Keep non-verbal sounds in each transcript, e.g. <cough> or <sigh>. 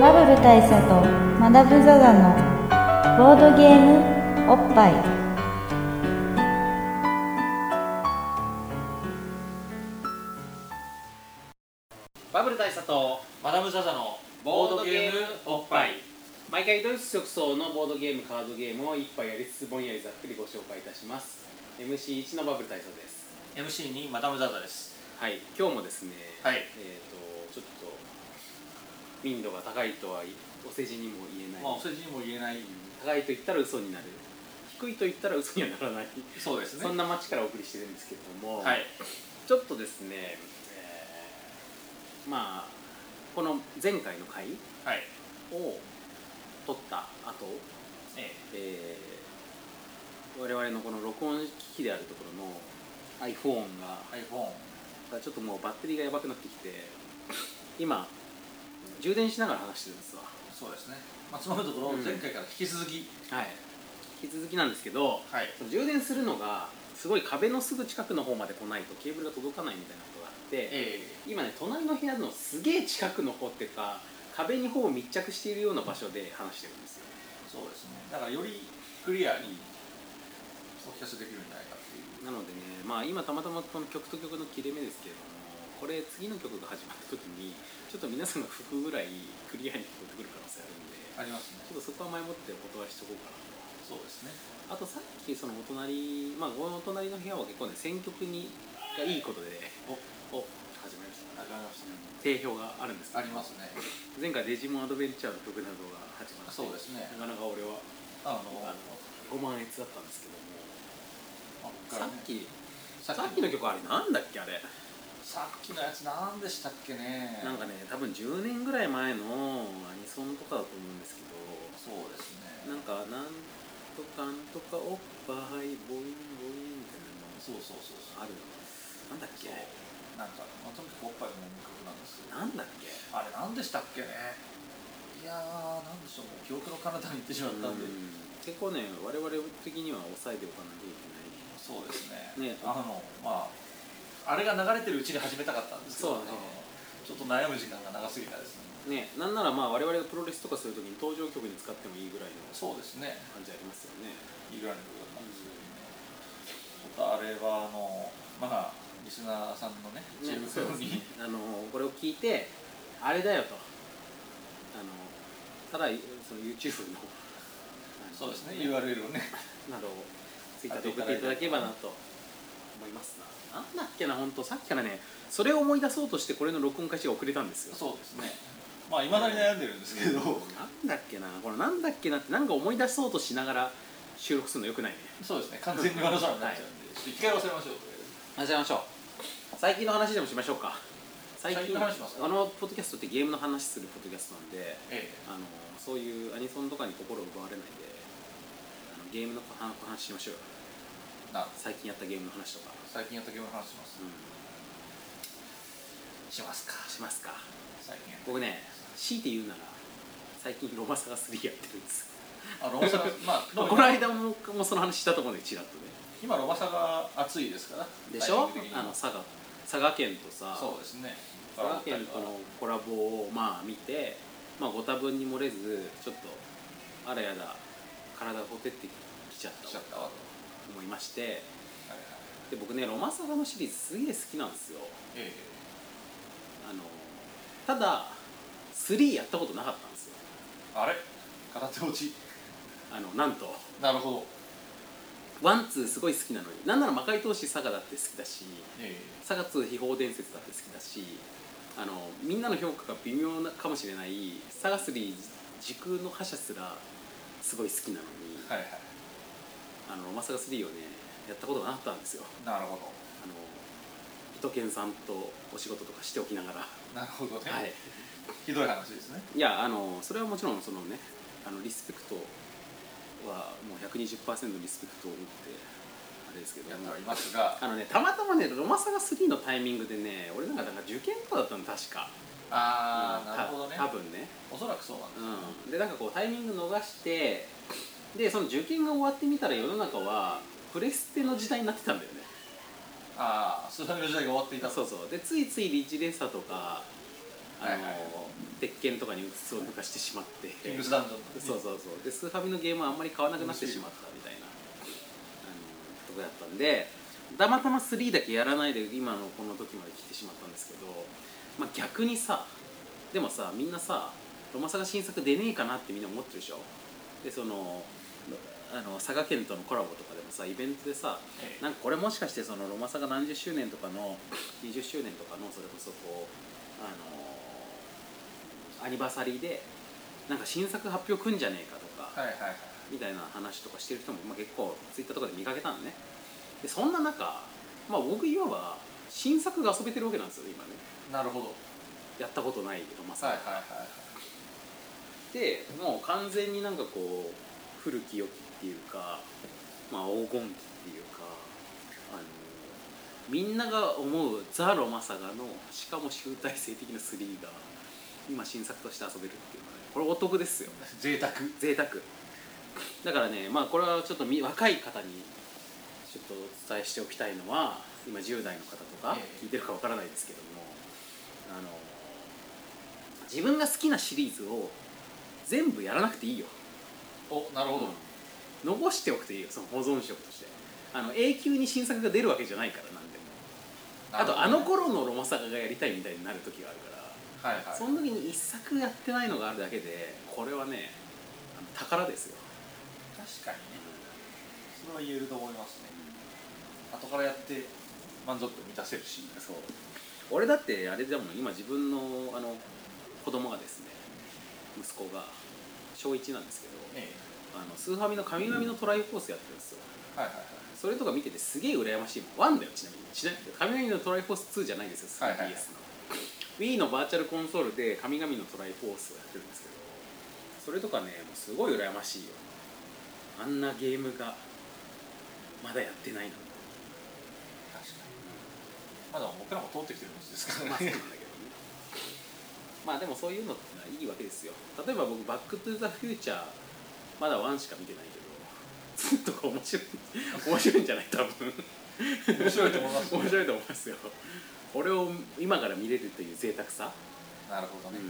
バブル大佐とマダム・ザ・ザのボードゲームおっぱいバブル大佐とマダム・ザ・ザのボボーードドゲゲーームムおおっっぱぱいい毎回ドイツ直送のボードゲームカードゲームを一杯やりつつぼんやりざっくりご紹介いたします MC1 のバブル大佐です MC にマダム・ザ・ザですはい今日もですねはいえっ、とちょっと民度が高いとはお世辞にも言えない、まあお世辞にも言えない高いと言ったら嘘になる低いと言ったら嘘にはならないそうですそんな街からお送りしてるんですけれども、はいちょっとですね、えーまあこの前回の回はいを撮った後ええー我々のこの録音機器であるところの iPhone え iPhone がちょっともうバッテリーがやばくなってきて今充電しながら話してるんですわそうですねまあつまるところうん前回から引き続きはい引き続きなんですけどはいその充電するのがすごい壁のすぐ近くの方まで来ないとケーブルが届かないみたいなことがあってえ今ね隣の部屋のすげえ近くの方っていうか壁にほぼ密着しているような場所で話してるんですよえそうですねだからよりクリアにお聞かせできるんじゃないかっていうなのでね、まあ、今たまたまこの曲と曲の切れ目ですけれどもこれ次の曲が始まった時にちょっと皆さんが不服ぐらいクリアに聞こえてくる可能性あるありんでますねちょっとそこは前もってお断りしとこうかなそうとですねあとさっきそのお隣まあこのお隣の部屋は結構ね選曲にがいいことでおお始まりましあたりますね定評があるんですけあどりますね前回デジモンアドベンチャーの曲などが始まってそうですねなかなか俺はああののご満悦だったんですけどもあここからさねっきささっきの曲あれなんだっけあれさっきのやつ何でしたっけねなんかね多分10年ぐらい前のアニソンとかだと思うんですけどそうですねなんかなんとかんとかおっぱいボインボインみたいなのそうそうそうそうあるのなんだっそうけなんか、まあ、とにかくおっぱいの飲み曲なんですよなんだっけあれ何でしたっけねいやー何でしょうもう記憶の彼方に行ってしまったんで、うん結構ね我々的には抑えておかなきゃいそうですねねあのまああれが流れてるうちに始めたかったんですけど、そうだねちょっと悩む時間が長すぎたですねけないねなんならまあ我々がプロレスとかするときに登場曲に使ってもいいぐらいのそうですね感じありますよねいいぐらいのことだったんですけどねちょっとあれはあのまあリスナーさんのね知恵ねそう袋ですねに、あのこれを聞いてあれだよとあのただその YouTube のあのそうですね URL をねなどをツイッターで送っていただければなと思いますななんだっけな本当さっきからねそれを思い出そうとしてこれの録音開始が遅れたんですよそうですねまあいまだに悩んでるんですけどなんだっけなこれなんだっけなってなんか思い出そうとしながら収録するのよくないねそうですね完全に話さなくなっちゃうんで、ちょっと一回忘れましょう話しましょう最近の話でもしましょうか最最近の話しますかあのポッドキャストってゲームの話するポッドキャストなんでええあのそういうアニソンとかに心を奪われないであのゲームの話しましょうよな最近やったゲームの話とか、最近やったゲームの話しますうしますかん、しますか最近やった僕ね強いて言うなら最近ロマサガ3やってるんですあロバサガまあでまあもこの間ももうその話したと思うんでチラッとね今ロバサが熱いですからでしょ体力的にあの佐賀佐賀県とさそうですね佐賀県とのコラボをまあ見て、まあ、ご多分に漏れずちょっとあらやだ体がほてってきちゃった来ちとゃったわと思いましてはいはいで僕ねロマサガのシリーズすげえ好きなんですよえあのただ3やったことなかったんですよえあれ空手落ちあのなんとなるほどワンツーすごい好きなのになんなら魔界闘士佐賀だって好きだしえ佐賀通秘宝伝説だって好きだしあのみんなの評価が微妙なかもしれない佐賀3時空の覇者すらすごい好きなのに、えはいはいあのロマサガ3をねやったことがなかったんですよなるほあの糸健さんとお仕事とかしておきながら、はどなるほどね、い、ひどい話ですねいやあのそれはもちろんそのねあのリスペクトはもう120%リスペクトを持ってあれですけどやってはいますがあのねたまたまねロマサガ3のタイミングでね俺なんかなんか受験とかだったの確かあうんあなるほどねた多分ねおそらくそうなんですよ、うんでなんかこうタイミング逃してでその受験が終わってみたら世の中はプレステの時代になってたんだよねああスーファミの時代が終わっていたそうそうでついついリッチレーサーとかあの、はいはいはい鉄拳とかにうつつを抜かしてしまってキングスダンジョンのそうそうそうでスーファミのゲームはあんまり買わなくなってしまったみたいなあのとこだったんでたまたま3だけやらないで今のこの時まで来てしまったんですけど、まあ、逆にさでもさみんなさロマサガ新作出ねえかなってみんな思ってるでしょでそのあの佐賀県とのコラボとかでもさイベントでさええなんかこれもしかしてそのロマサガ何十周年とかの20周年とかのそれこそこうあのアニバーサリーでなんか新作発表くんじゃねえかとか、はいはいはいみたいな話とかしてる人も、まあ、結構ツイッターとかで見かけたのねでそんな中、まあ、僕いわば新作が遊べてるわけなんですよ今ねなるほどやったことないけどまさはいにはいはいはいでもう完全になんかこう古き良きっていうか、まあ、黄金期っていうかあのみんなが思うザ・ロマサガのしかも集大成的な3が今新作として遊べるっていうのはねこれお得ですよ贅沢贅沢だからねまあこれはちょっとみ若い方にちょっとお伝えしておきたいのは今10代の方とかええ聞いてるかわからないですけども、あの自分が好きなシリーズを全部やらなくていいよ、おなるほど、残しておくといいよその保存食としてあの永久に新作が出るわけじゃないからなんでもあとあの頃のロマサガがやりたいみたいになる時があるからはいはいその時に一作やってないのがあるだけでこれはねあの宝ですよ確かにねそれは言えると思いますね後からやって満足満たせるしそう俺だってあれだもん今自分のあの子供がですね息子が小1なんですけど、えあのスーファミの「神々のトライフォース」やってるんですよ、えはいはいはいそれとか見ててすげえ羨ましいもん1だよちなみにちなみに「神々のトライフォース2」じゃないですよ 3DS の、はいはいはい Wii のバーチャルコンソールで「神々のトライフォース」をやってるんですけどそれとかねもうすごい羨ましいよあんなゲームがまだやってないの確かにまあでも僕らも通ってきてる道ですからまあそうなんねだけどねまあでもそういうのってのはいいわけですよ例えば僕「バック・トゥ・ザ・フューチャー」まだ1しか見てないけどずっとこう面白い面白いんじゃない多分面白いと思います面白いと思いますよこれを今から見れるという贅沢さ、 <laughs> なるほどね、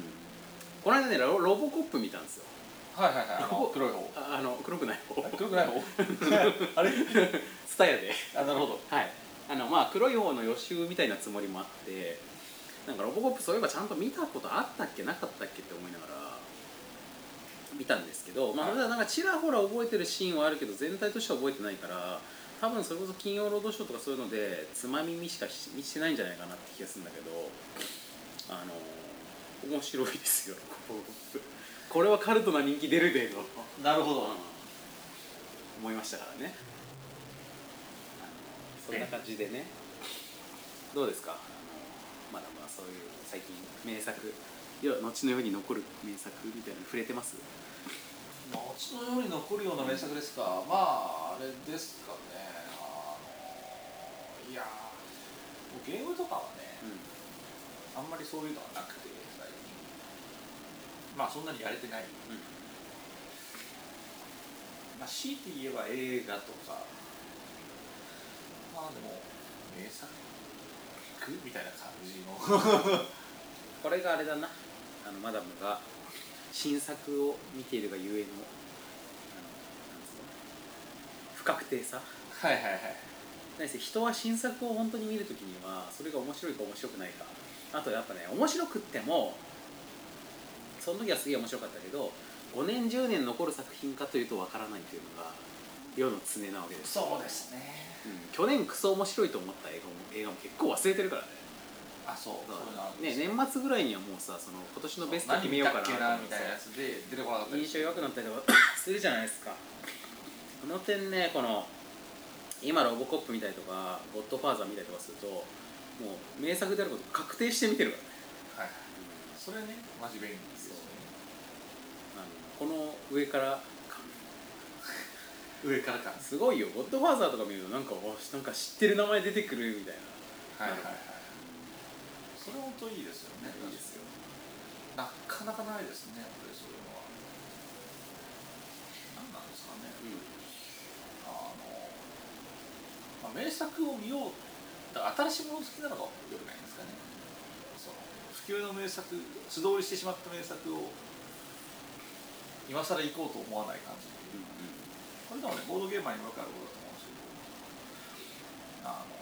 この間ねロロボコップ見たんですよはいはいはいあの黒い方ああの黒くない方あ黒く <laughs> ない方あれツタヤであなるほどはいあのまあ黒い方の予習みたいなつもりもあってなんかロボコップそういえばちゃんと見たことあったっけなかったっけって思いながら見たんですけどまあはいまだなんかちらほら覚えてるシーンはあるけど全体としては覚えてないから多分それこそ「金曜ロードショー」とかそういうのでつまみ見しかし見してないんじゃないかなって気がするんだけどあの面白いですよロボコップこれはカルトな人気出るでとなるほど、思いましたからねそんな感じでねどうですかあのまだまだそういう最近名作いや後のように残る名作みたいなの触れてます後のように残るような名作ですか、まああれですかねあのいやもうゲームとかはね、うあんまりそういうのはなくて最近まあそんなにやれてない、んまあ、強いて言えば映画とかまあでも名作みたいな感じの <laughs> これがあれだなあのマダムが新作を見ているがゆえのあのなんつうの不確定さはいはいはい何せ人は新作を本当に見るときにはそれが面白いか面白くないかあとやっぱね面白くってもその時はすげえ面白かったけど5年10年残る作品かというとわからないというのが世の常なわけです、そうですねうん、去年クソ面白いと思った映画も映画も結構忘れてるからねあそうそういうのあるんでねすよ年末ぐらいにはもうさその今年のベスト何決め見ようたっかなとけなみ思ってたいなやつで出てこなかったり印象弱くなったりとかするじゃないですかこの点ねこの今ロボコップみたいとかゴッドファーザーみたいとかするともう名作であること確定して見てるかはらねいそれねマジ便利ですよねあのこの上から上からかすごいよゴッドファーザーとか見るとなんかおなんか知ってる名前出てくるみたいはいはいはいそれ本当いいですよねないいですよなかなかないですねやっぱりそういうのは何なんですかねな、あの名作を見ようだから新しいもの好きなのがよくないですかねその普及の名作素通りしてしまった名作を今更行こうと思わない感じうんうんこれでもねボードゲーマーに分かることだと思うんですけどあの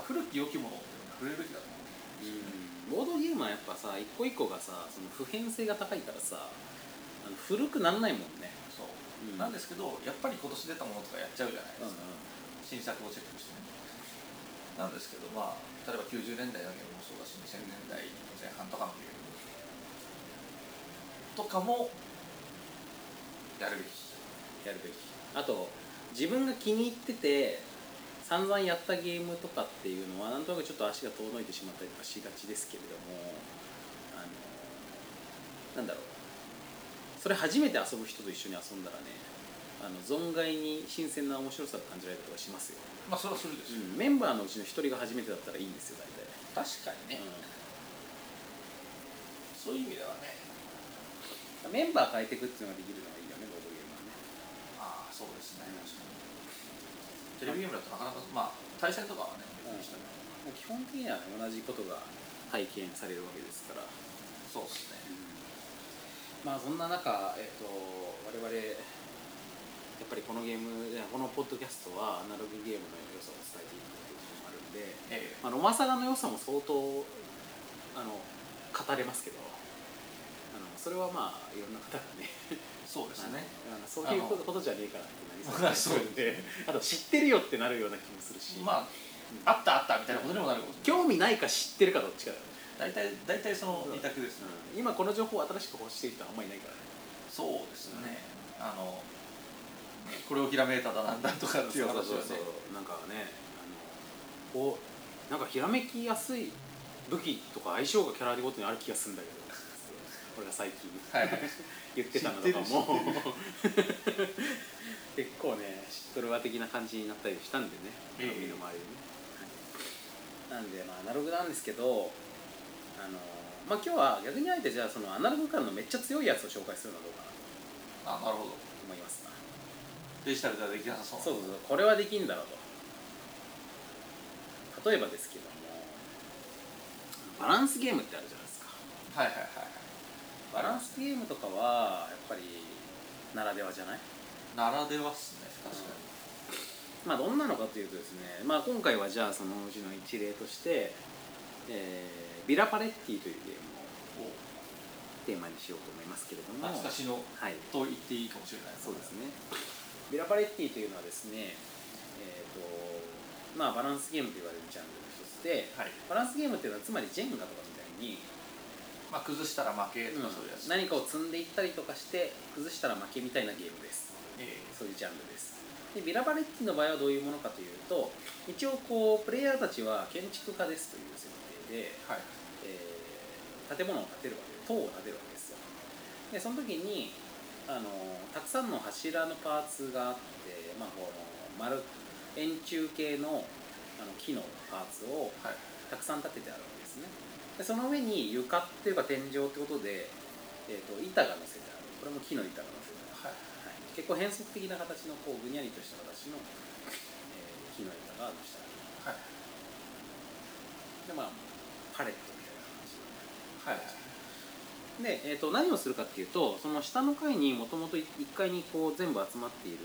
やっぱ古き良きものっていうのは触れるべきだと思ううんボードゲームはやっぱさ一個一個がさその普遍性が高いからさあの古くならないもんねそう、うんなんですけどやっぱり今年出たものとかやっちゃうじゃないですか、う新作をチェックしてねなんですけどまあ例えば90年代のゲームもそうだし2000年代前半とかのゲームとかもやるべきんやるべきあと自分が気に入ってて散々やったゲームとかっていうのはなんとなくちょっと足が遠のいてしまったりとかしがちですけれどもあのなんだろうそれ初めて遊ぶ人と一緒に遊んだらねあの存外に新鮮な面白さを感じられたりとかしますよ、まあそれはするでしょう、メンバーのうちの一人が初めてだったらいいんですよ大確体かにね、そういう意味ではねうんメンバー変えていくっていうのができるのがいいよねボードゲームはああねそうですね確かにテレビゲームだとなかなかまあ対戦とかはねうん別にしてももう基本的には同じことが体験されるわけですから、そうですねまあそんな中、えっと、我々やっぱりこのゲームいやこのポッドキャストはアナログゲームの良さを伝えていくっていうこともあるんで、ええまあ、ロマサガの良さも相当あの語れますけどあのそれはまあいろんな方がねそうですね <laughs> あのそういうことじゃねえからってなりそうあのなんであと知ってるよってなるような気もするし、まああったあったみたいなことにもなること興味ないか知ってるかどっちかだよね大体大体その二択ですね、うん今この情報を新しく欲してる人はあんまりいないからねそうですね、あのねこれをひらめいただなんだとかっていう話をねなんかねあのおなんかひらめきやすい武器とか相性がキャラごとにある気がするんだけど俺が最近、はいはい言ってたのとか知っても結構ね知っとるわ的な感じになったりしたんでねええ身の回りでね、はいなんでまあアナログなんですけどあのまあ今日は逆にあえてじゃあそのアナログ感のめっちゃ強いやつを紹介するのはどうかなとあなるほど思いますなデジタルではできなさそうそうそうそうこれはできんだろうと例えばですけどもバランスゲームってあるじゃないですかはいはいはいバランスゲームとかはやっぱりならではじゃないならではっすね確かまあどんなのかというとですね、まあ、今回はじゃあそのうちの一例として、えービラパレッティというゲームをに、テーマにしようと思いますけれどおも懐かしのはいと言っていいかもしれないそうですね。ビラパレッティというのはですね、えーとまあ、バランスゲームと言われるジャンルの一つで、はいバランスゲームというのはつまりジェンガとかみたいに、まあ崩したら負けとうんかそういうやつ、何かを積んでいったりとかして崩したら負けみたいなゲームですえそういうジャンルですでビラバレッティの場合はどういうものかというと一応こうプレイヤーたちは建築家ですという設定で、えはいえー建物を建てるわけで塔を建てるわけですよでその時にあのたくさんの柱のパーツがあって、まあ、この丸円柱形のあの木のパーツをはいたくさん立ててあるわけですねでその上に床っていうか天井ってことで、えー、と板が乗せてあるこれも木の板が乗せてはあるいはい、結構変則的な形のこうぐにゃりとした形の、えー木の板があるとしはいたでまあパレットみたいな形はいはいで、えー、と何をするかっていうとその下の階にもともと1階にこう全部集まっている、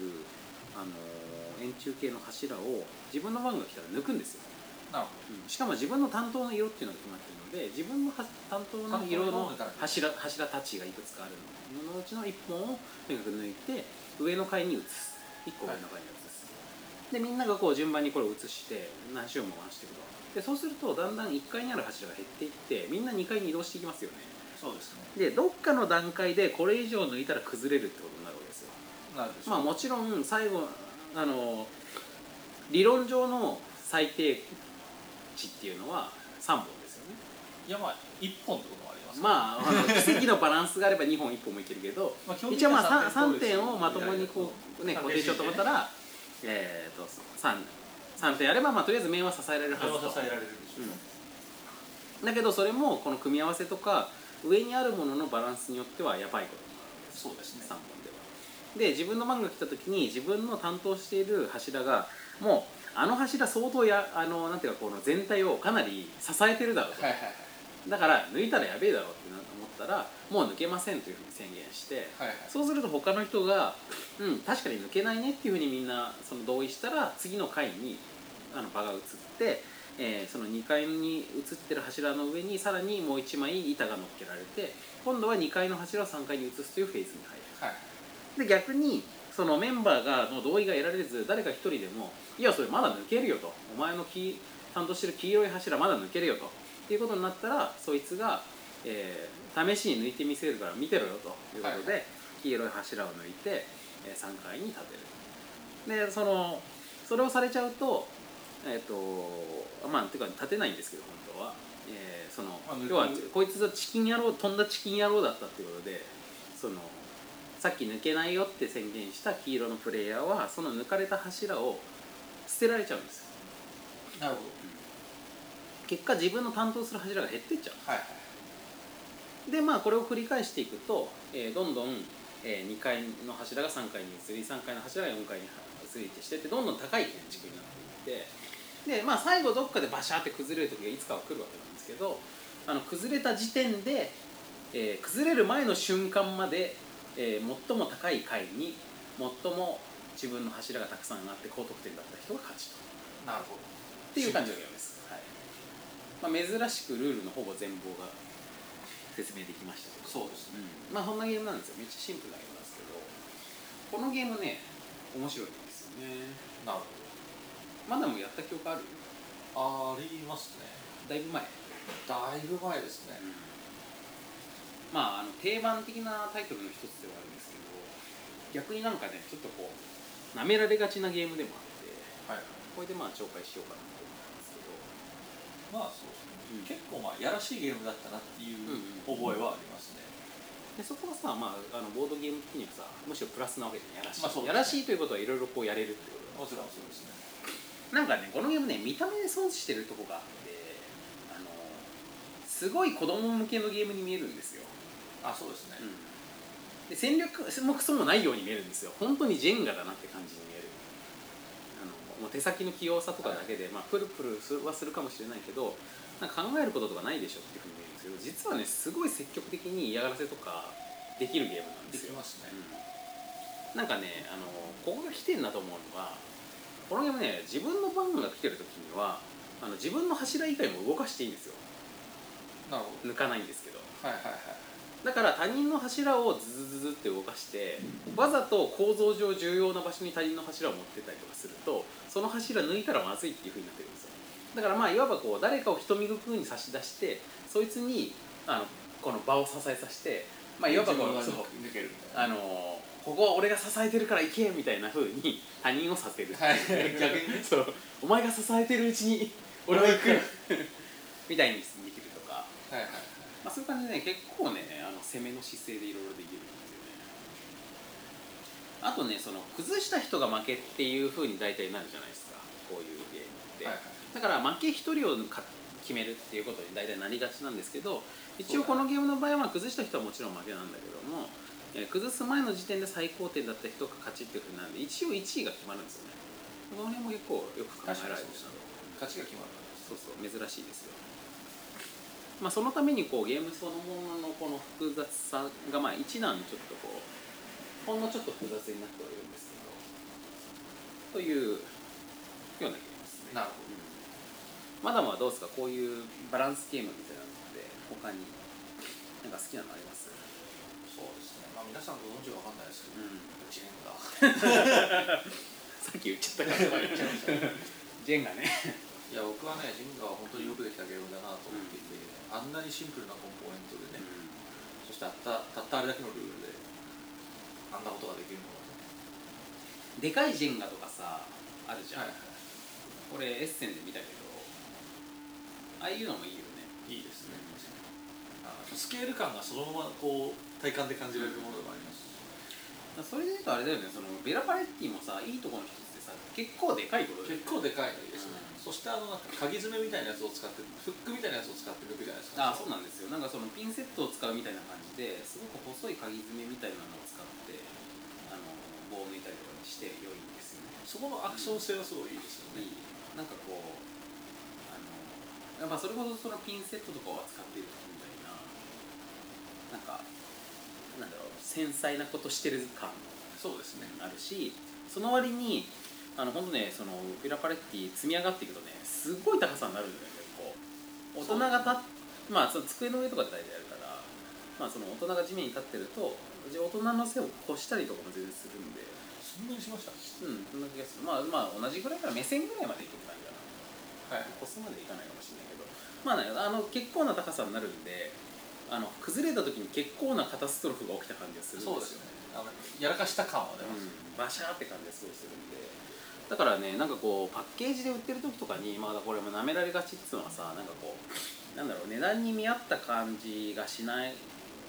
あのー円柱形の柱を自分の番が来たら抜くんですよ、なるうんしかも自分の担当の色っていうのが決まっているので自分のは担当の色の柱柱たちがいくつかあるののうちの1本をとにかく抜いて上の階に移す1個上の階に移す、でみんながこう順番にこれを移して何周も回していくとでそうするとだんだん1階にある柱が減っていってみんな2階に移動していきますよねほどそうですねでどっかの段階でこれ以上抜いたら崩れるってことになるわけですよなるでしょうまあもちろん最後あの理論上の最低値っていうのは3本ですよねいやまあ一本ってこともありますあまああの奇跡のバランスがあれば2本1本もいけるけ <laughs> どまあ基本的一に応はまあ 3, 三点点をまともにこうね固定しようと思ったらえっと 3, 3点あればまあとりあえず面は支えられるはそれをず支とえられるでしょう、だけどそれもこの組み合わせとか上にあるもののバランスによってはやばいことになるそうですね3本ではで自分の番が来た時に自分の担当している柱がもうあの柱相当やあのなんていうかこの全体をかなり支えてるだろうと、はいはいはいだから抜いたらやべえだろうってなんか思ったらもう抜けませんというふうに宣言して、はいはいそうすると他の人がうん確かに抜けないねっていうふうにみんなその同意したら次の回にあの場が移って、えーその2階に移ってる柱の上にさらにもう1枚板が乗っけられて今度は2階の柱を3階に移すというフェーズに入る。はいで逆にそのメンバーがの同意が得られず誰か一人でも「いやそれまだ抜けるよ」と「お前の黄担当してる黄色い柱まだ抜けるよ」とっていうことになったらそいつが、えー試しに抜いてみせるから見てろよ」ということで、黄色い柱を抜いて、え3階に立てるでそのそれをされちゃうとえっ、とまあていうか立てないんですけど本当は、えーそのあ抜く要はこいつがチキン野郎飛んだチキン野郎だったっていうことでそのさっき抜けないよって宣言した黄色のプレイヤーはその抜かれた柱を捨てられちゃうんですよなるほど結果自分の担当する柱が減ってっちゃはいはうでまあこれを繰り返していくと、えーどんどん、え2階の柱が3階に移り3階の柱が4階に移りってしてってどんどん高い建築になっていってでまあ最後どっかでバシャーって崩れる時がいつかは来るわけなんですけどあの崩れた時点で、えー崩れる前の瞬間まで、えー最も高い階に最も自分の柱がたくさんあって高得点だった人が勝ちと。いなるほどっていう感じのゲームです、はいまあ、珍しくルールのほぼ全貌が説明できましたけどそうですねうんまあそんなゲームなんですよめっちゃシンプルなゲームなんですけどこのゲームね面白いんですよねなるマダムやった記憶あるほどありますねだいぶ前、だいぶ前ですねまああの定番的なタイトルの一つではあるんですけど逆になんかねちょっとこうなめられがちなゲームでもあってはいこれでまあ紹介しようかなと思ったんですけどまあそうですねう結構んまあやらしいゲームだったなっていう覚えはありますねでそこはさ、まあ、あのボードゲーム的にはさむしろプラスなわけじゃんやらしい、まあそうですねやらしいということはいろいろこうやれるってもことちろんそうですねなんかねこのゲームね見た目で損してるとこがあってあのすごい子供向けのゲームに見えるんですよ、あそうですねで戦略もクソもないように見えるんですよ本当にジェンガだなって感じに見えるあのもう手先の器用さとかだけで、まあプルプルするはするかもしれないけどなんか考えることとかないでしょっていうふうに見えるんですけど実はねすごい積極的に嫌がらせとかできるゲームなんでですきよますねうんなんかねあのここが来てんなと思うのはこのゲームね自分の番が来てる時にはあの自分の柱以外も動かしていいんですよなるほ抜かないんですけどどはいはいはいだから他人の柱をズズズズって動かしてわざと構造上重要な場所に他人の柱を持ってったりとかするとその柱抜いたらまずいっていう風になってるんですよだからまあいわばこう誰かを瞳ぐくに差し出してそいつにあのこの場を支えさせてまあいわばこう自そう分が抜けるみたあいなのーここは俺が支えてるから行けみたいな風に他人をさせる、はい逆にそうお前が支えてるうちに俺は行くみたいにできるとはか、いはいまあ、そういう感じでね結構ねあの攻めの姿勢でいろいろできるんですよねあとねその崩した人が負けっていう風に大体なるじゃないですかこういうゲームって、はいはいだから負け1人をか決めるっていうことに大体なりがちなんですけど一応このゲームの場合は崩した人はもちろん負けなんだけども、えー崩す前の時点で最高点だった人が勝ちっていうふうになるんで一応1位が決まるんですよねこの辺も結構よく考えられてるなと勝ちが決まるからですそうそう珍しいですよ、まあ、そのためにこうゲームそのもののこの複雑さがまあ一段ちょっとこうほんのちょっと複雑になってはいるんですけどというようなゲームですねなるほマダムはどうですかこういうバランスゲームみたいなのって他になんか好きなのありますどそうですねまあ皆さんご存知かわかんないですけどジェンガさっき言っちゃったから <laughs> ジェンガねいや僕はねジェンガは本当によくできたゲームだなと思っていて、あんなにシンプルなコンポーネントでね、そしてあったたったあれだけのルールであんなことができるのはでかいジェンガとかさあるじゃはいん、これエッセンで見たけどああいうのもいいよねいいですねあのスケール感がそのままこう体感で感じられるものでもありますし、それでいうとあれだよねそのベラパレッティもさいいとこの一つでさ結構でかいことだよ結ね構でかいですね、うんそしてあのなんか鍵爪みたいなやつを使ってフックみたいなやつを使って抜くじゃないですかあそうなんですよなんかそのピンセットを使うみたいな感じですごく細い鍵爪みたいなのを使ってあの棒を抜いたりとかして良いんですよねそこのアクション性はすごいいいですよね、なんかこうあの、まあ、それこそそのピンセットとかを扱っているみたいななんかなんだろう繊細なことしてる感そうですねあるしその割にあの本当ねそのフィラパレッティ積み上がっていくとねすごい高さになるんだよね結構大人が立っまあその机の上とかで大体やるからまあその大人が地面に立ってると大人の背を越したりとかも全然するんでそんなにしましたはうんそんな気がするまあまあ同じぐらいから目線ぐらいまでいけてないかない越すまでいかないかもしれないけどまあねあの結構な高さになるんであの崩れた時に結構なカタストロフが起きた感じがするんですそうですよよねあのやらかした感は出ます、うん、バシャーって感じがすごいするんでだからねなんかこうパッケージで売ってる時とかにまあこれも舐められがちっつうのはさなんかこうなんだろう値段に見合った感じがしな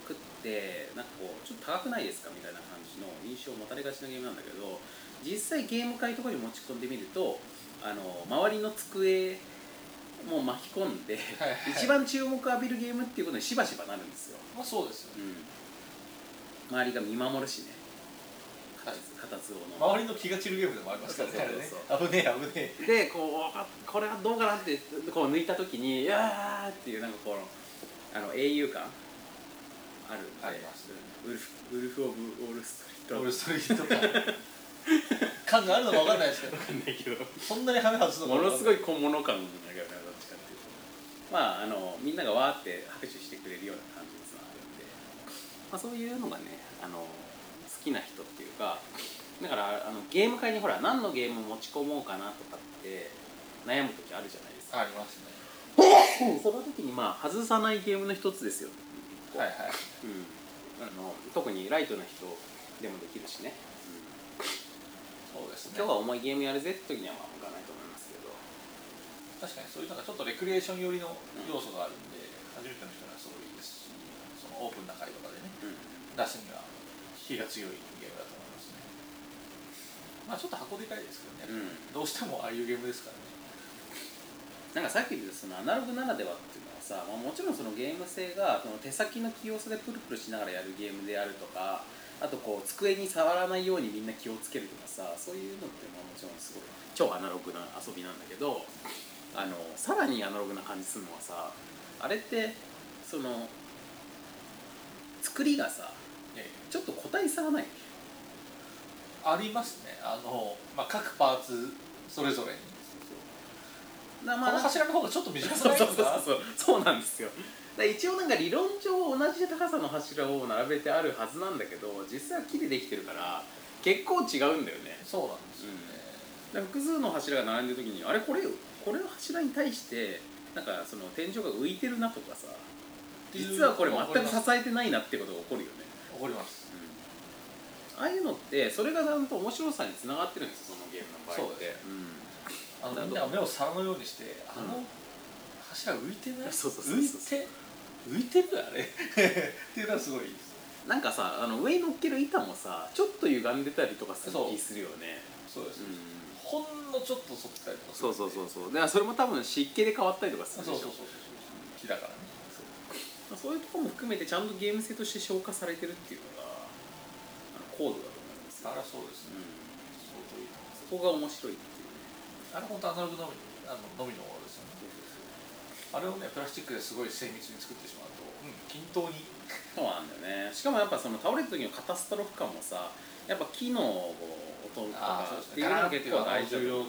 くってなんかこうちょっと高くないですかみたいな感じの印象を持たれがちなゲームなんだけど実際ゲーム会とかに持ち込んでみるとあの周りの机も巻き込んで、はいはい一番注目を浴びるゲームっていうことにしばしばなるんですよ、まあそうですよねうん、周りが見守るしねカタツオの周りの気が散るゲームでもありますからねそうそうあれね危ねえ危ねえでこうあこれはどうかなってこう抜いた時に「いやー!」っていうなんかこのあの英雄感あるんでありますねウルフウルフ・オブ・オール・ストリート俺そういうとか <laughs> 感があるのか分かんないですけどわかんないけどそんなにハメ外すのかものすいごい小物感だけどねどっちかっていうとまああのみんながわーって拍手してくれるような感じにつながるんで、まあ、そういうのがねあの好きな人っていうかだからあのゲーム会にほら何のゲーム持ち込もうかなとかって悩む時あるじゃないですかありますねその時にまあ外さないゲームの一つですよ、はいはいうん、あの特にライトな人でもできるしね、そうですね今日は重いゲームやるぜって時にはまあ向かないと思いますけど確かにそういうなんかちょっとレクリエーション寄りの要素があるんで、初めての人にはすごいいいですしそのオープンな会とかでね出すには火が強いゲームだと思いますねまあちょっと箱でかいですけどうね、んどうしてもああいうゲームですからねなんかさっき言ったそのアナログならではっていうのはさ、まあ、もちろんそのゲーム性がその手先の器用さでプルプルしながらやるゲームであるとかあとこう机に触らないようにみんな気をつけるとかさそういうのってまあもちろんすごい超アナログな遊びなんだけどあのさらにアナログな感じするのはさあれってその作りがさええちょっと個体差がないありますねあの、まあ、各パーツそれぞれになこまのあなんか柱の方がちょっと短くそなういそでうすそうかそうそうなんですよだから一応なんか理論上同じ高さの柱を並べてあるはずなんだけど実際は木でできてるから結構違うんだよねそうなんですよね、だから複数の柱が並んでる時にあれこれこれの柱に対してなんかその天井が浮いてるなとかさっていう実はこれ全く支わかえてないなってことが起こるよね、りますああいうのってそれがちゃんと面白さにつながってるんですよそのゲームの場合ってそうですんあのなるみほんどなが目を皿のようにしてあうのん柱浮いてない <laughs> そうそうそうそう浮いて浮いてるあれ <laughs> っていうのはすごいいいですなんかさあの上に乗っける板もさちょっと歪んでたりとかするそう気するよねそうです、うんほんのちょっと反ったりとかすそるうそうそううそうだからそれも多分湿気で変わったりとかすそうそうるでしそうょそう木だからねまあそういうところも含めてちゃんとゲーム性として消化されてるっていうのがあの高度だと思うんですよあ、れはそうですうね、ん、相当いいと思いますそこが面白いってあれ本当アナログのみあののみのものですよねいあうれをねプラスチックですごい精密に作ってしまうと、うん、均等にそうなんだよねしかもやっぱその倒れた時のカタストロフ感もさやっぱ木のこう音とかっていうのが結構大事だと思う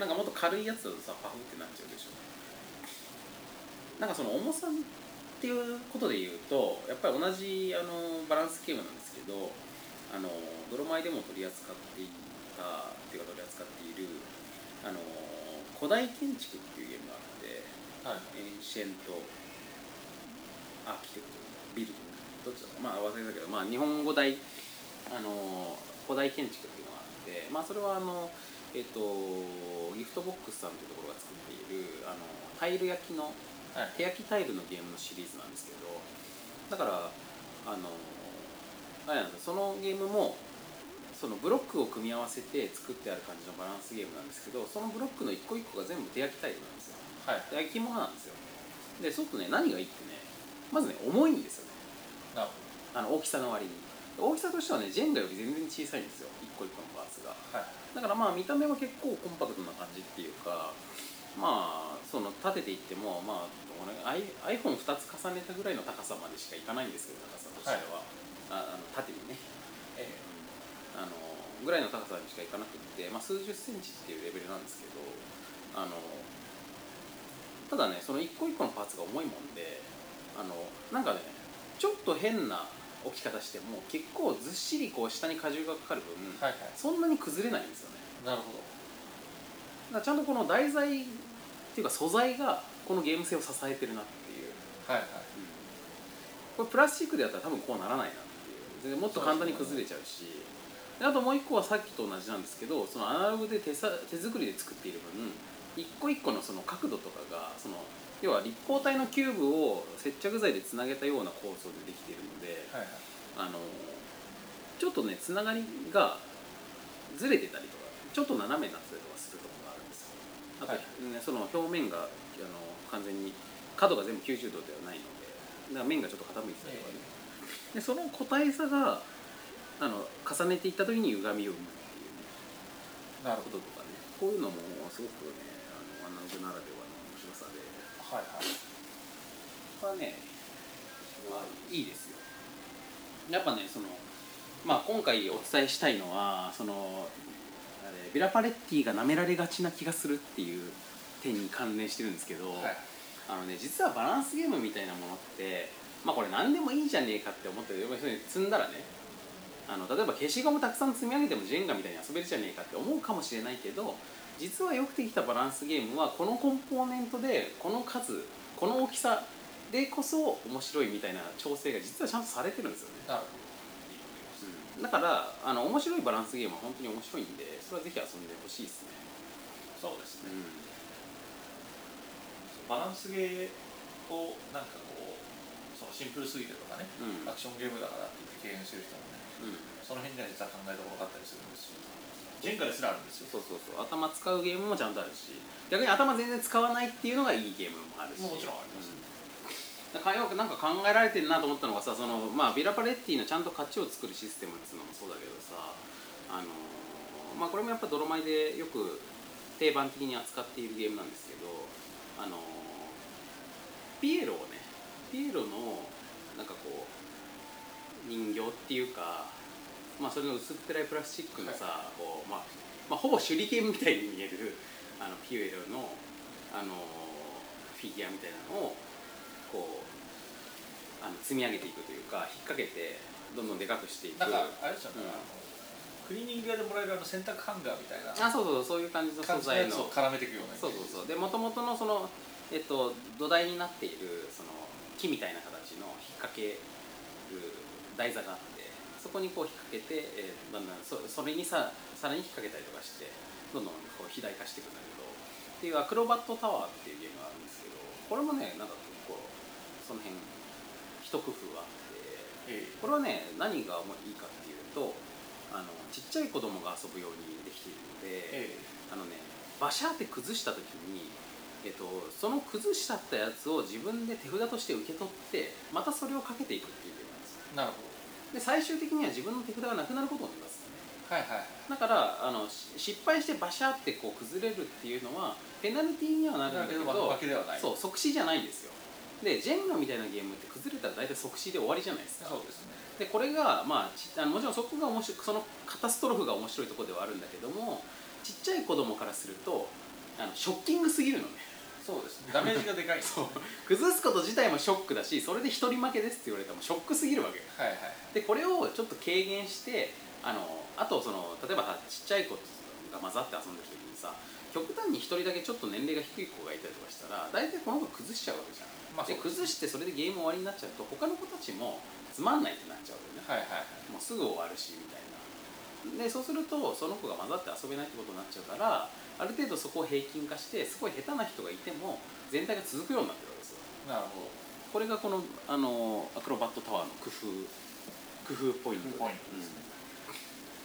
なんかもっと軽いやつだとさパフってなっちゃうでしょなんかその重さっていうことで言うとやっぱり同じあのバランスゲームなんですけどあの泥米でも取り扱っていたっていうか取り扱っているあの古代建築っていうゲームがあってはいエンシェントアーキテクトビルドどっちだったかまあ忘れたけど、まあ、日本語大あの古代建築っていうのがあって、まあ、それはあの、えっとギフトボックスさんというところが作っているあのタイル焼きのはい手焼きタイルのゲームのシリーズなんですけどだからあのあれなんですよそのゲームもそのブロックを組み合わせて作ってある感じのバランスゲームなんですけどそのブロックの一個一個が全部手焼きタイルなんですよはい焼き物なんですよでそうするとね何がいいってねまずね重いんですよねなるほあの大きさの割に大きさとしてはねジェンガより全然小さいんですよ一個一個のパーツがはいだからまあ見た目は結構コンパクトな感じっていうかまあその立てていってもまあどうかな I- iPhone2 つ重ねたぐらいの高さまでしかいかないんですけど高さとしては、ああの縦にねええあのぐらいの高さにしかいかなくって、まあ、数十センチっていうレベルなんですけどあのただねその一個一個のパーツが重いもんであのなんかねちょっと変な置き方しても結構ずっしりこう下に荷重がかかる分、はいはそんなに崩れないんですよねいなるほどだからちゃんとこの題材っていうか素材がこのゲーム性を支えてるなっていう、はいはいこれプラスチックでやったら多分こうならないなっていうでもっと簡単に崩れちゃうしであともう一個はさっきと同じなんですけどそのアナログで手さ手作りで作っている分一個一個のその角度とかがその要は立方体のキューブを接着剤でつなげたような構造でできているので、はいはいあのちょっとねつながりがずれてたりとかちょっと斜めになってたりとかするところがあるんですよあと、はいね、その表面があの完全に角が全部90度ではないのでだから面がちょっと傾いてたりとかね、でその個体差があの重ねていった時に歪みを生むっていうねなるこほとどとかねこういうのもすごくねあのアナログならではの面白さではいはいこれはねまあいいですよやっぱねその、まあ、今回お伝えしたいのはそのあれビラパレッティが舐められがちな気がするっていう点に関連してるんですけど、はいあのね実はバランスゲームみたいなものってまあこれ何でもいいじゃねえかって思ってる要するに積んだらねあの例えば消しゴムたくさん積み上げてもジェンガみたいに遊べるじゃねえかって思うかもしれないけど実はよくできたバランスゲームはこのコンポーネントでこの数この大きさでこそ面白いみたいな調整が実はちゃんとされてるんですよね、なるほだからあの面白いバランスゲームは本当に面白いんでそれはぜひ遊んでほしいですね、どそうですねバランスゲーをなんかこうそのシンプルすぎてとかねうんうんアクションゲームだからって言って敬遠する人もねうんその辺が実は考えたことがあったりするんですしジェンガですらあるんですよそうそうそう頭使うゲームもちゃんとあるし逆に頭全然使わないっていうのがいいゲームもあるしもちろんありますうんだからよくなんか考えられてるなと思ったのがさその、まあ、ビラパレッティのちゃんと勝ちを作るシステムっていうのもそうだけどさ、あのーまあ、これもやっぱ泥米でよく定番的に扱っているゲームなんですけど、あのーピエロをねピエロのなんかこう人形っていうか、まあ、それの薄っぺらいプラスチックのさ、こうまあまあ、ほぼ手裏剣みたいに見えるあのピエロの、あのフィギュアみたいなのをこうあの積み上げていくというか引っ掛けてどんどんでかくしていくなんかあれですよね、うんあのクリーニング屋でもらえるあの洗濯ハンガーみたいなあそうそうそうそういう感じの素感じのや材のつを絡めていくようなそうそうそうでもともとのその、えっと、土台になっているその木みたいな形の引っ掛ける台座があってそこにこう引っ掛けて、えーだんだんそそれにささらに引っ掛けたりとかしてどんどんこう肥大化していくんだけどっていうアクロバットタワーっていうゲームがあるんですけどこれもねなんか結構その辺一工夫があっえてこれはね何がもういいかっていうとあのちっちゃい子供が遊ぶようにできているええので、あのねバシャーって崩した時に、えっと、その崩したったやつを自分で手札として受け取ってまたそれをかけていくっていうゲームなんですえなるほよで最終的には自分の手札がなくなることになりますよねどはいはいはいだからあのし失敗してバシャーってこう崩れるっていうのはペナルティーにはなるんだけどだけど負けではないそう即死じゃないんですよでジェンガみたいなゲームって崩れたら大体即死で終わりじゃないですかそうですねでこれが、まあ、ちあのもちろんそこが面白いそのカタストロフが面白いところではあるんだけどもちっちゃい子供からするとあのショッキングすぎるのねそうです <laughs> ねダメージがでかい <laughs> そう崩すこと自体もショックだしそれで一人負けですって言われたらもうショックすぎるわけよはいはいでこれをちょっと軽減してあのあとその例えばさちっちゃい子が混ざって遊んでる時にさ極端に一人だけちょっと年齢が低い子がいたりとかしたら大体この子崩しちゃうわけじゃん、まあでそうです崩してそれでゲーム終わりになっちゃうと他の子たちもつまんないってなっちゃうよねはいはいもうすぐ終わるしみたいなでそうするとその子が混ざって遊べないってことになっちゃうからある程度そこを平均化してすごい下手な人がいても全体が続くようになってるわけですよなるほどこれがこのあのアクロバットタワーの工夫工夫ポイントでポイントですね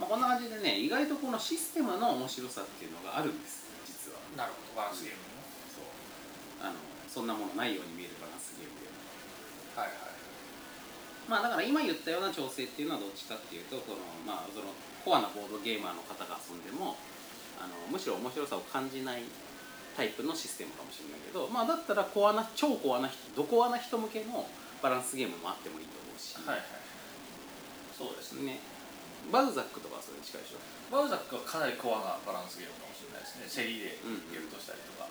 うんまあ、こんな感じでね意外とこのシステムの面白さっていうのがあるんです実はなるほどバランスゲームねそうあのそんなものないように見えるバランスゲームではいはいまあだから今言ったような調整っていうのはどっちかっていうとこの、まあ、そのコアなボードゲーマーの方が遊んでもあのむしろ面白さを感じないタイプのシステムかもしれないけど、まあ、だったらコアな超コアな人どコアな人向けのバランスゲームもあってもいいと思うし、はいはいそうですねね、バウザックとかはそれに近いでしょバウザックはかなりコアなバランスゲームかもしれないですねセリでゲームとしたりとか、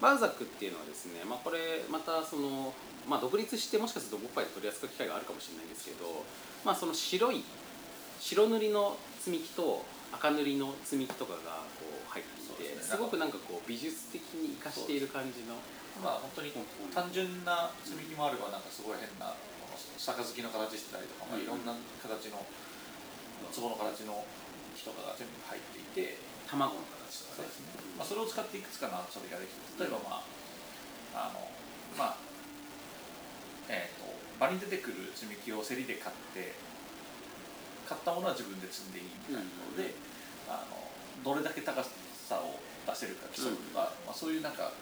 バウザックっていうのはですね、まあ、これまたその、まあ、独立してもしかするとボッパイで取り扱う機会があるかもしれないんですけど、まあ、その白い白塗りの積み木と赤塗りの積み木とかがこう入そうっていでてすねす,、ごくなんかこう美術的に活かしている感じのまあ本当に単純な積み木もあればなんかすごい変なこの杯の形してたりとか、まあ、うんいろんな形の壺の形の木とかが全部入っていて卵の形とそうかねですねまあ、それを使っていくつかの遊びができて例えばまああのまあえっ、と場に出てくる積み木を競りで買って買ったものは自分で積んでいいみたいなので、あのどれだけ高さを出せるか競うとか、まあ、そういうなんか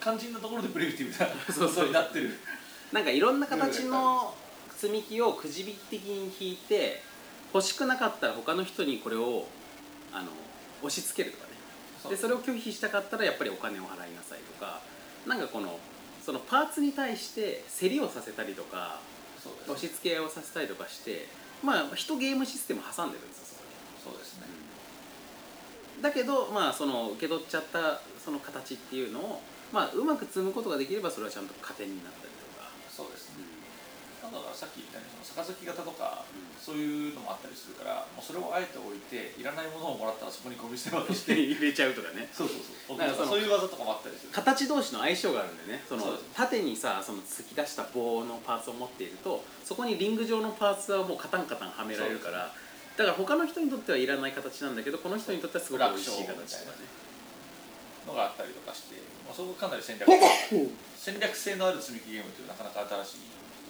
肝心なところでプリミティブな <laughs> そうそうになってるなんかいろんな形の積み木をくじ引き的に引いて欲しくなかったら他の人にこれをあの押し付けるとかねでそれを拒否したかったらやっぱりお金を払いなさいとかなんかこのそのパーツに対して競りをさせたりとかそうです押し付け合いをさせたりとかしてまあ一ゲームシステム挟んでるんですよそこそうですねにだけどまあその受け取っちゃったその形っていうのをまあうまく積むことができればそれはちゃんと加点になったりとか、そうですねうんだからさっき言ったようにその杯型とか、うんそういうのもあったりするからもうそれをあえて置いていらないものをもらったらそこにゴミ捨て場として <laughs> 入れちゃうとかねそうそうそうだからそのそういう技とかもあったりする形同士の相性があるんでねそのそうです縦にさその突き出した棒のパーツを持っているとそこにリング状のパーツはもうカタンカタンはめられるからだから他の人にとってはいらない形なんだけどこの人にとってはすごく美味しい形とか楽勝みたいなねのがあったりとかして、まあ、そこかなり <laughs> 戦略戦略性のある積み木ゲームというなかなか新しい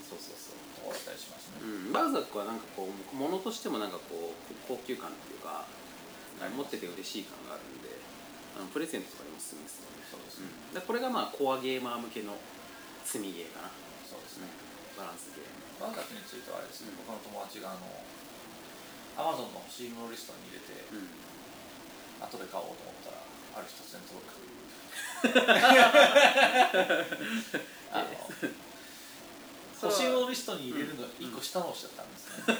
そうそうそうところだったりしますね、うん、バーザックはなんかこうものとしてもなんかこう高級感っていうか持ってて嬉しい感があるんであのプレゼントとかでもおすすめですよね、そうですうね、ん、だからこれがまあコアゲーマー向けの積みゲーかな、そうですねバランスゲーワンダッについてはあれですね、僕の友達があのアマゾンの欲しいものリストに入れて、ム、後で買おうと思ったらある日突然届くあの欲し <laughs> それはいものリストに入れるの1個下の押しちゃったんですね、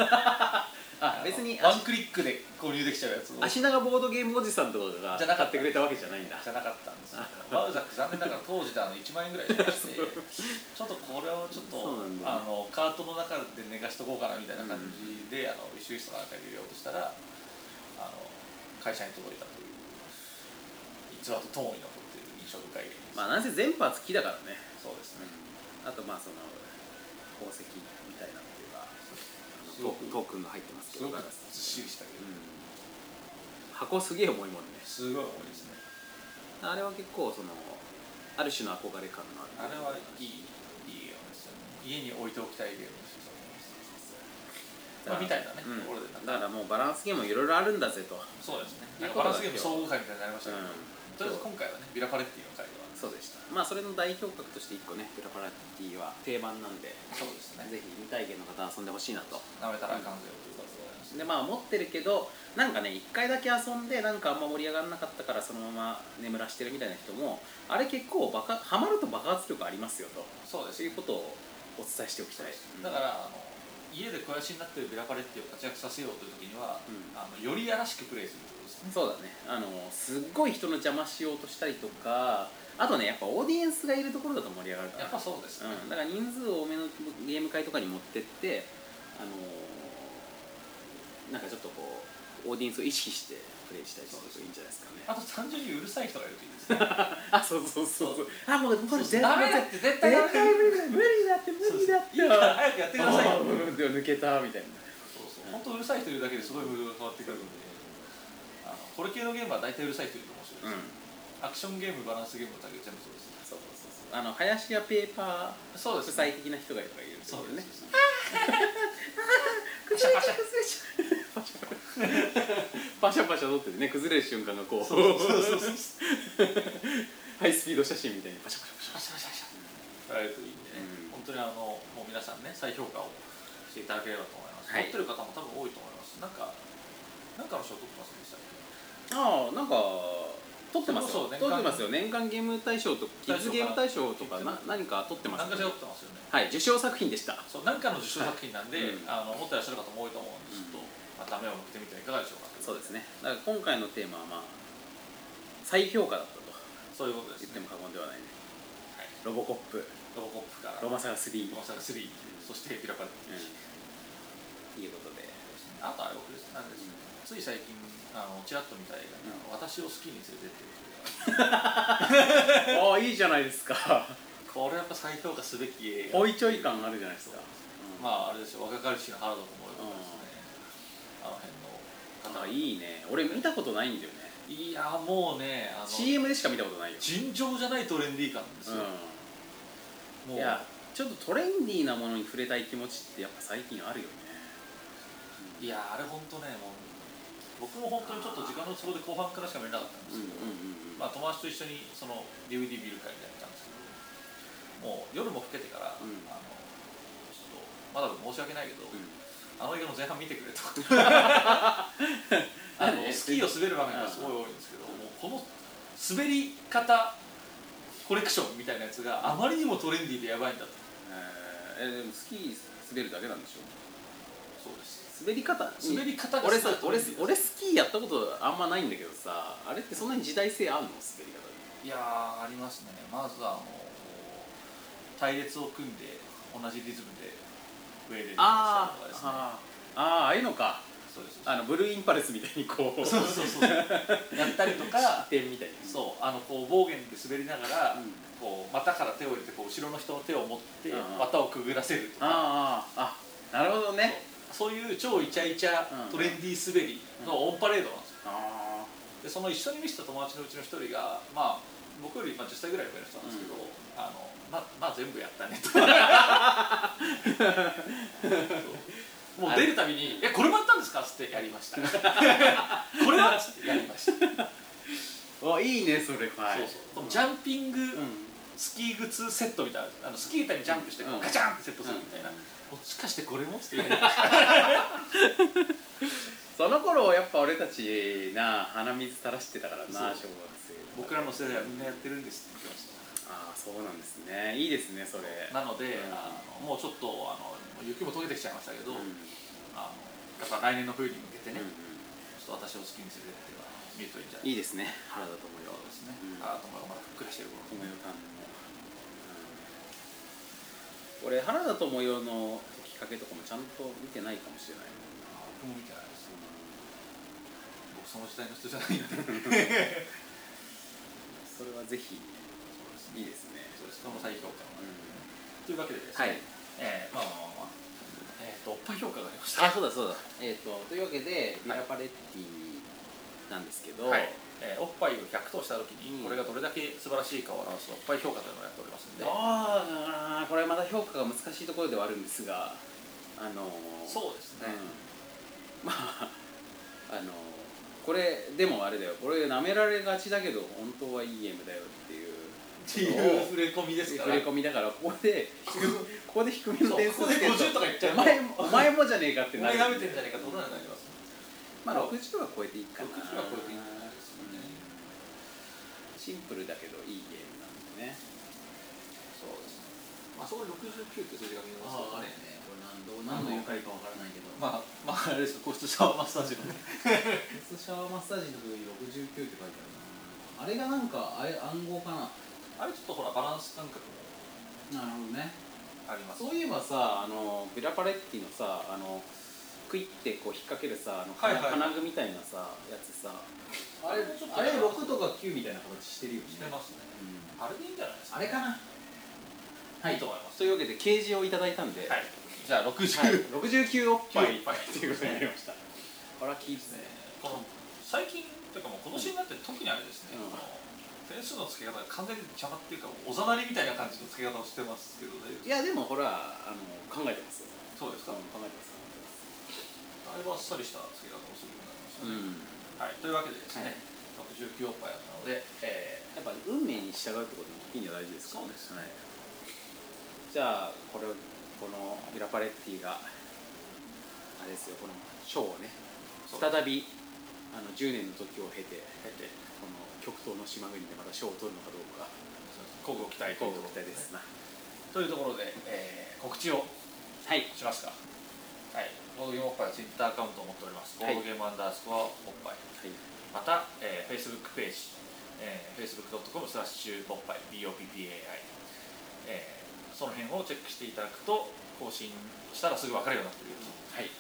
あ別にワンクリックで購入できちゃうやつをじ足長ボードゲームおじさんとかがじゃなかった買ってくれたわけじゃないんゃだなかったんですよバウザック残念ながら当時であの1万円ぐらいしましてちょっとこれをちょっと、そうなんあだのカートの中で寝かしとこうかなみたいな感じで、あの一周リストかなんかに入れようとしたらあの会社に届いたという逸話とともに残っている印象深いゲームですまあなんせ全パーツ木だからね、そうですね、あとまあその宝石みたいなっていうかすごトークくントークンが入ってますすけどごくガラずっスしりしたけうど、ん箱すげえ重いもんねすごい重いですねあれは結構そのある種の憧れ感のああるれはいいいいゲームですよね家に置いておきたいゲームですよねまあみたいなね、うんところでなんかだからもうバランスゲームいろいろあるんだぜと、うそうですねなんバかランスゲーム総合会みたいになりましたけど、とりあえず今ん、回はねビラパレッティの会ではそうでしたまあそれの代表格として1個ねプラパラティは定番なんでそうですねぜひ未体験の方は遊んでほしいなとなめたらあかんぜよということでございますでまあ持ってるけどなんかね1回だけ遊んでなんかあんま盛り上がらなかったからそのまま眠らしてるみたいな人もあれ結構爆ハマると爆発力ありますよとそうでそすういうことをお伝えしておきたいだからあの家で肥やしになってるビラパレッティを活躍させようという時には、うんあのよりやらしくプレイするってことですねそうだねあのすっごい人の邪魔しようとしたりとかあとねやっぱオーディエンスがいるところだと盛り上がるからやっぱそうですね、うん、だから人数多めのゲーム会とかに持ってって、あのーなんかちょっとこうオーディエンスを意識してプレイしたりするといいんじゃないですかねあと単純にうるさい人がいるといいですねあそうそうそうそうあもうこれ絶対ダメだって絶対ダメ絶だ対無理だ無理だって無理だっていいから早くやってくださいよあーでも抜けたみたいなそうそう本当うるさい人いるだけですごいムードが変わってくるのであのこれ系のゲームは大体うるさい人いると面白いです、アクションゲームバランスゲームだけ全部そうですそうそうそうそうあの林家ペーパーそう主催的な人がいるといるんですそようでねす崩れちゃう崩れちゃうパシャパシャ撮っててね崩れる瞬間がこうそうそうそうそうハイスピード写真みたいにパシャパシャパシャパシャパシャパシャやられるといいんでね、うん本当にあのもう皆さんね再評価をしていただければと思います、はい持ってる方も多分多いと思いますなんかなんかの賞取ってませんでしたっけああなんか取ってますよそうそう年間取ってますよ年間ゲーム大賞とキッズゲーム大賞とか大賞かな何か取ってます何よかしらね取ってますよねはい受賞作品でしたそう何かの受賞作品なんで、あはいうんの持ってらっしゃる方も多いと思うんでちょっと、また目を向けてみてはいかがでしょうかそうですねだから今回のテーマはまあ再評価だったとそういうことで言すっねても過言ではないねはいロボコップロボコップからロロママサガ3、うん、サガ3そしてピラパレットということであとあれ僕ですなんです、つい最近あのちらっと見た映画、私を好きに連れてっていうああいいじゃないですかこれやっぱ再評価すべき映画おいちょい感あるじゃないですか、うんまああれですよ若かりしの原田智代とかですね、あの辺の方ああいいいね俺見たことないんだよねいやもうねあの CM でしか見たことないよ、尋常じゃないトレンディー感ですよ、うもん、ういやちょっとトレンディーなものに触れたい気持ちってやっぱ最近あるよねいやあれ本当ねもう僕も本当にちょっと時間の都合で後半からしか見れなかったんでうんすけど、うんうんうんまあ、友達と一緒にその DVD 見る会みたいなのやったんですけどもう夜も更けてから、うんあのちょっとまだ申し訳ないけど、うあの映画の前半見てくれ <laughs> とあなんのでスキーを滑る場面がすごい多いんですけど、もうこの滑り方コレクションみたいなやつがあまりにもトレンディーでやばいんだとんえーでもスキー滑るだけなんでしょそうです滑り方滑り方が俺さすごいト俺レンディーです俺スキーやったことあんまないんだけどさあれってそんなに時代性あんの滑り方いにやーありますねまずはあの隊列を組んで同じリズムで上であとかですねあああああいうのかそうですあのブルーインパルスみたいにこう <laughs> そうそうそうやったりとか点みたいにうそうあのこう暴言で滑りながら、うんこう股から手を入れてこう後ろの人の手を持ってうん股をくぐらせるとかああああなるほどねそういう超イチャイチャうんトレンディー滑りのオンパレードなんですよあでその一緒に見せた友達のうちの一人がまあ僕よりまあ10歳ぐらい上の人なんですけど、うんあのままあ全部やったねと <laughs> そうもう出るたびに「えこれもやったんですか?」っつって「やりま <laughs> した」「これは?」っつって「やりました」ああいいねそれはいそうそうこのジャンピング、うんスキー靴セットみたいなあのスキー板にジャンプしてこうんうガチャンってセットするみたいな、うんもしかしてこれもっていうその頃やっぱ俺たちな鼻水垂らしてたからな小そう学生僕らの世代はみんなやってるんですって言ってまああそうなんですねいいですねそれしたなので、うんあのもうちょっとあの雪も溶けてきちゃいましたけど、うんあのやっぱ来年の冬に向けてね、うんうちんょっと私を好きにするっていうのは見るといいんじゃないいいですね原田知世そうですね、うんああとまだまだふっくらしてる頃この予感も、うん俺原田知世のきっかけとかもちゃんと見てないかもしれない僕も見てないです僕その時代の人じゃないんでそうそれはぜでひすいいですね、そうですこの再評価うは、ん、というわけでですね、はいえーまあまあまあまあえっ、とおっぱい評価がありましたあそうだそうだえっ、とというわけでビラパレッティなんですけど、はいえーおっぱいを100とした時うんにこれがどれだけ素晴らしいかを表すおっぱい評価というのをやっておりますんで、ああこれまた評価が難しいところではあるんですがあのーそうですね、うん、ま <laughs> ああのこれでもあれだよこれ舐められがちだけど本当はいいゲームだよっていうっていう触れ込みですか触られ込みだからここで低め <laughs> ここで低めの点数そうここでつける50とか言っちゃうお前もお前もじゃねえかっておな前るがめてんじゃないかってことになりますまあ60は超えていいかな60は超えていいかなですねうんシンプルだけどいいゲームなんでねそうですねまあそこで69って数字が見えますからねこれ何の妖何の回かわからないけどまあまああれですよ個室シャワーマッサージのねスシャワーマッサージの時69って書いてあるなあれがなんかあれ暗号かなあれちょっとほらバランス感覚もなるほどねありますそういえばさあのビラパレッティのさあのクイってこう引っ掛けるさあのはいはい金具みたいなさやつさあれあれもちょっとあれ6とか9みたいな形してるよねしてますねうんあれでいいんじゃないですかあれかなはいいいと思いますというわけで掲示をいただいたんで、はいじゃあ60、はい69おっぱいおっぱいっていうことにな <laughs> りましたこれはキープですねこの最近というかもう今年になって特にあれですね、うんこの点数の付け方が完全に邪魔っていうかおざなりみたいな感じの付け方をしてますけどいねやでもほらあの考えてますよそうですうんか、考えてます考だいぶあっさりした付け方をするようになりましたえてね、はい、というわますうんけでですはいね、69億杯だったので、えーやっぱ運命に従うってこともいいんじゃ大事ですかそうですね、はいじゃあこれをこのイラパレッティがあれですよこの賞をねそう再びあの10年の時を経てこの極東の島国でまた賞を取るのかどうか交互期待とい乞ううとごころ期待ですなというところで、えー告知をはいしますかはいボードゲームおっぱいはツイッターアカウントを持っておりますボはいードゲームアンダースコアおっぱいはいまた、えー、Facebook ページ、えー、facebook.com スラッシュボッパイ BOPPAI、えーその辺をチェックしていただくと更新したらすぐ分かるようになっているはい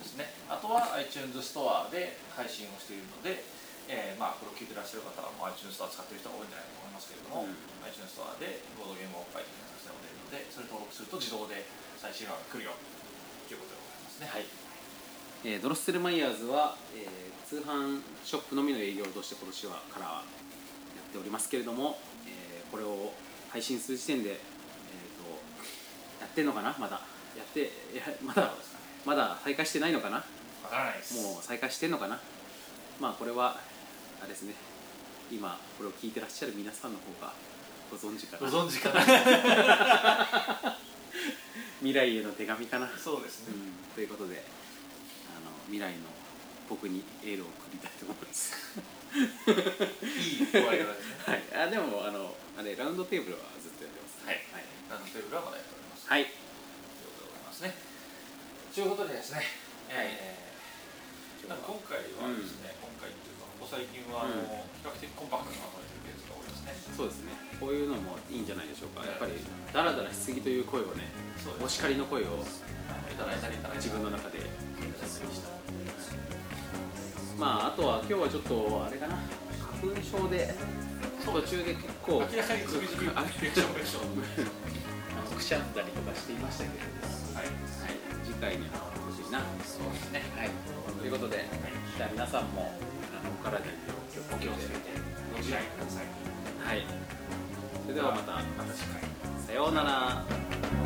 ということですねあとは iTunes ストアで配信をしているので、えーまあ、これを聞いてらっしゃる方はもう iTunes ストア使ってる人が多いんじゃないかと思いますけれども、うん iTunes ストアでボードゲームを配信させてもらっているのでそれ登録すると自動で最新話が来るよということでございますねはいえードロッセルマイヤーズは、えー通販ショップのみの営業として今年はからやっておりますけれども、えーこれを配信する時点で、えー、とやってんのかなまだやっていやまだまだ再開してないのかなわからないですもう再開してんのかなまあこれはあれですね今これを聞いてらっしゃる皆さんの方がご存知かごな存知かな <laughs> 未来への手紙かなそうですうね、んということであの未来の僕にエールを送りたいと思います。いい終わり方ですねはい、あでもあのあれラウンドテーブルはずっとやってます。はいはいランドテーブルはまだやっております。はい、ということでございますね。ということでですね、はいえーなんか今回はですね、今回っていうか、ここ最近はあの、う比較的コンパクトにまとめてるケースが多いですね。そうですねこういうのもいいんじゃないでしょうかやっぱりダラダラしすぎという声をねそうおです。叱りの声をいただいたりいただいたり。自分の中で出しました。まああとは今日はちょっとあれかな花粉症で途中で結構明らかにズビズビあリアクションリアクションあのくしゃったりとかしていましたけれども、はい。はい、次回にはお越しいなそうですね。はい、ということで、じゃあ皆さんもあのお体におお気気ををつつけけて、てご自愛ください。はい、それではまたまた次回。さようなら。さ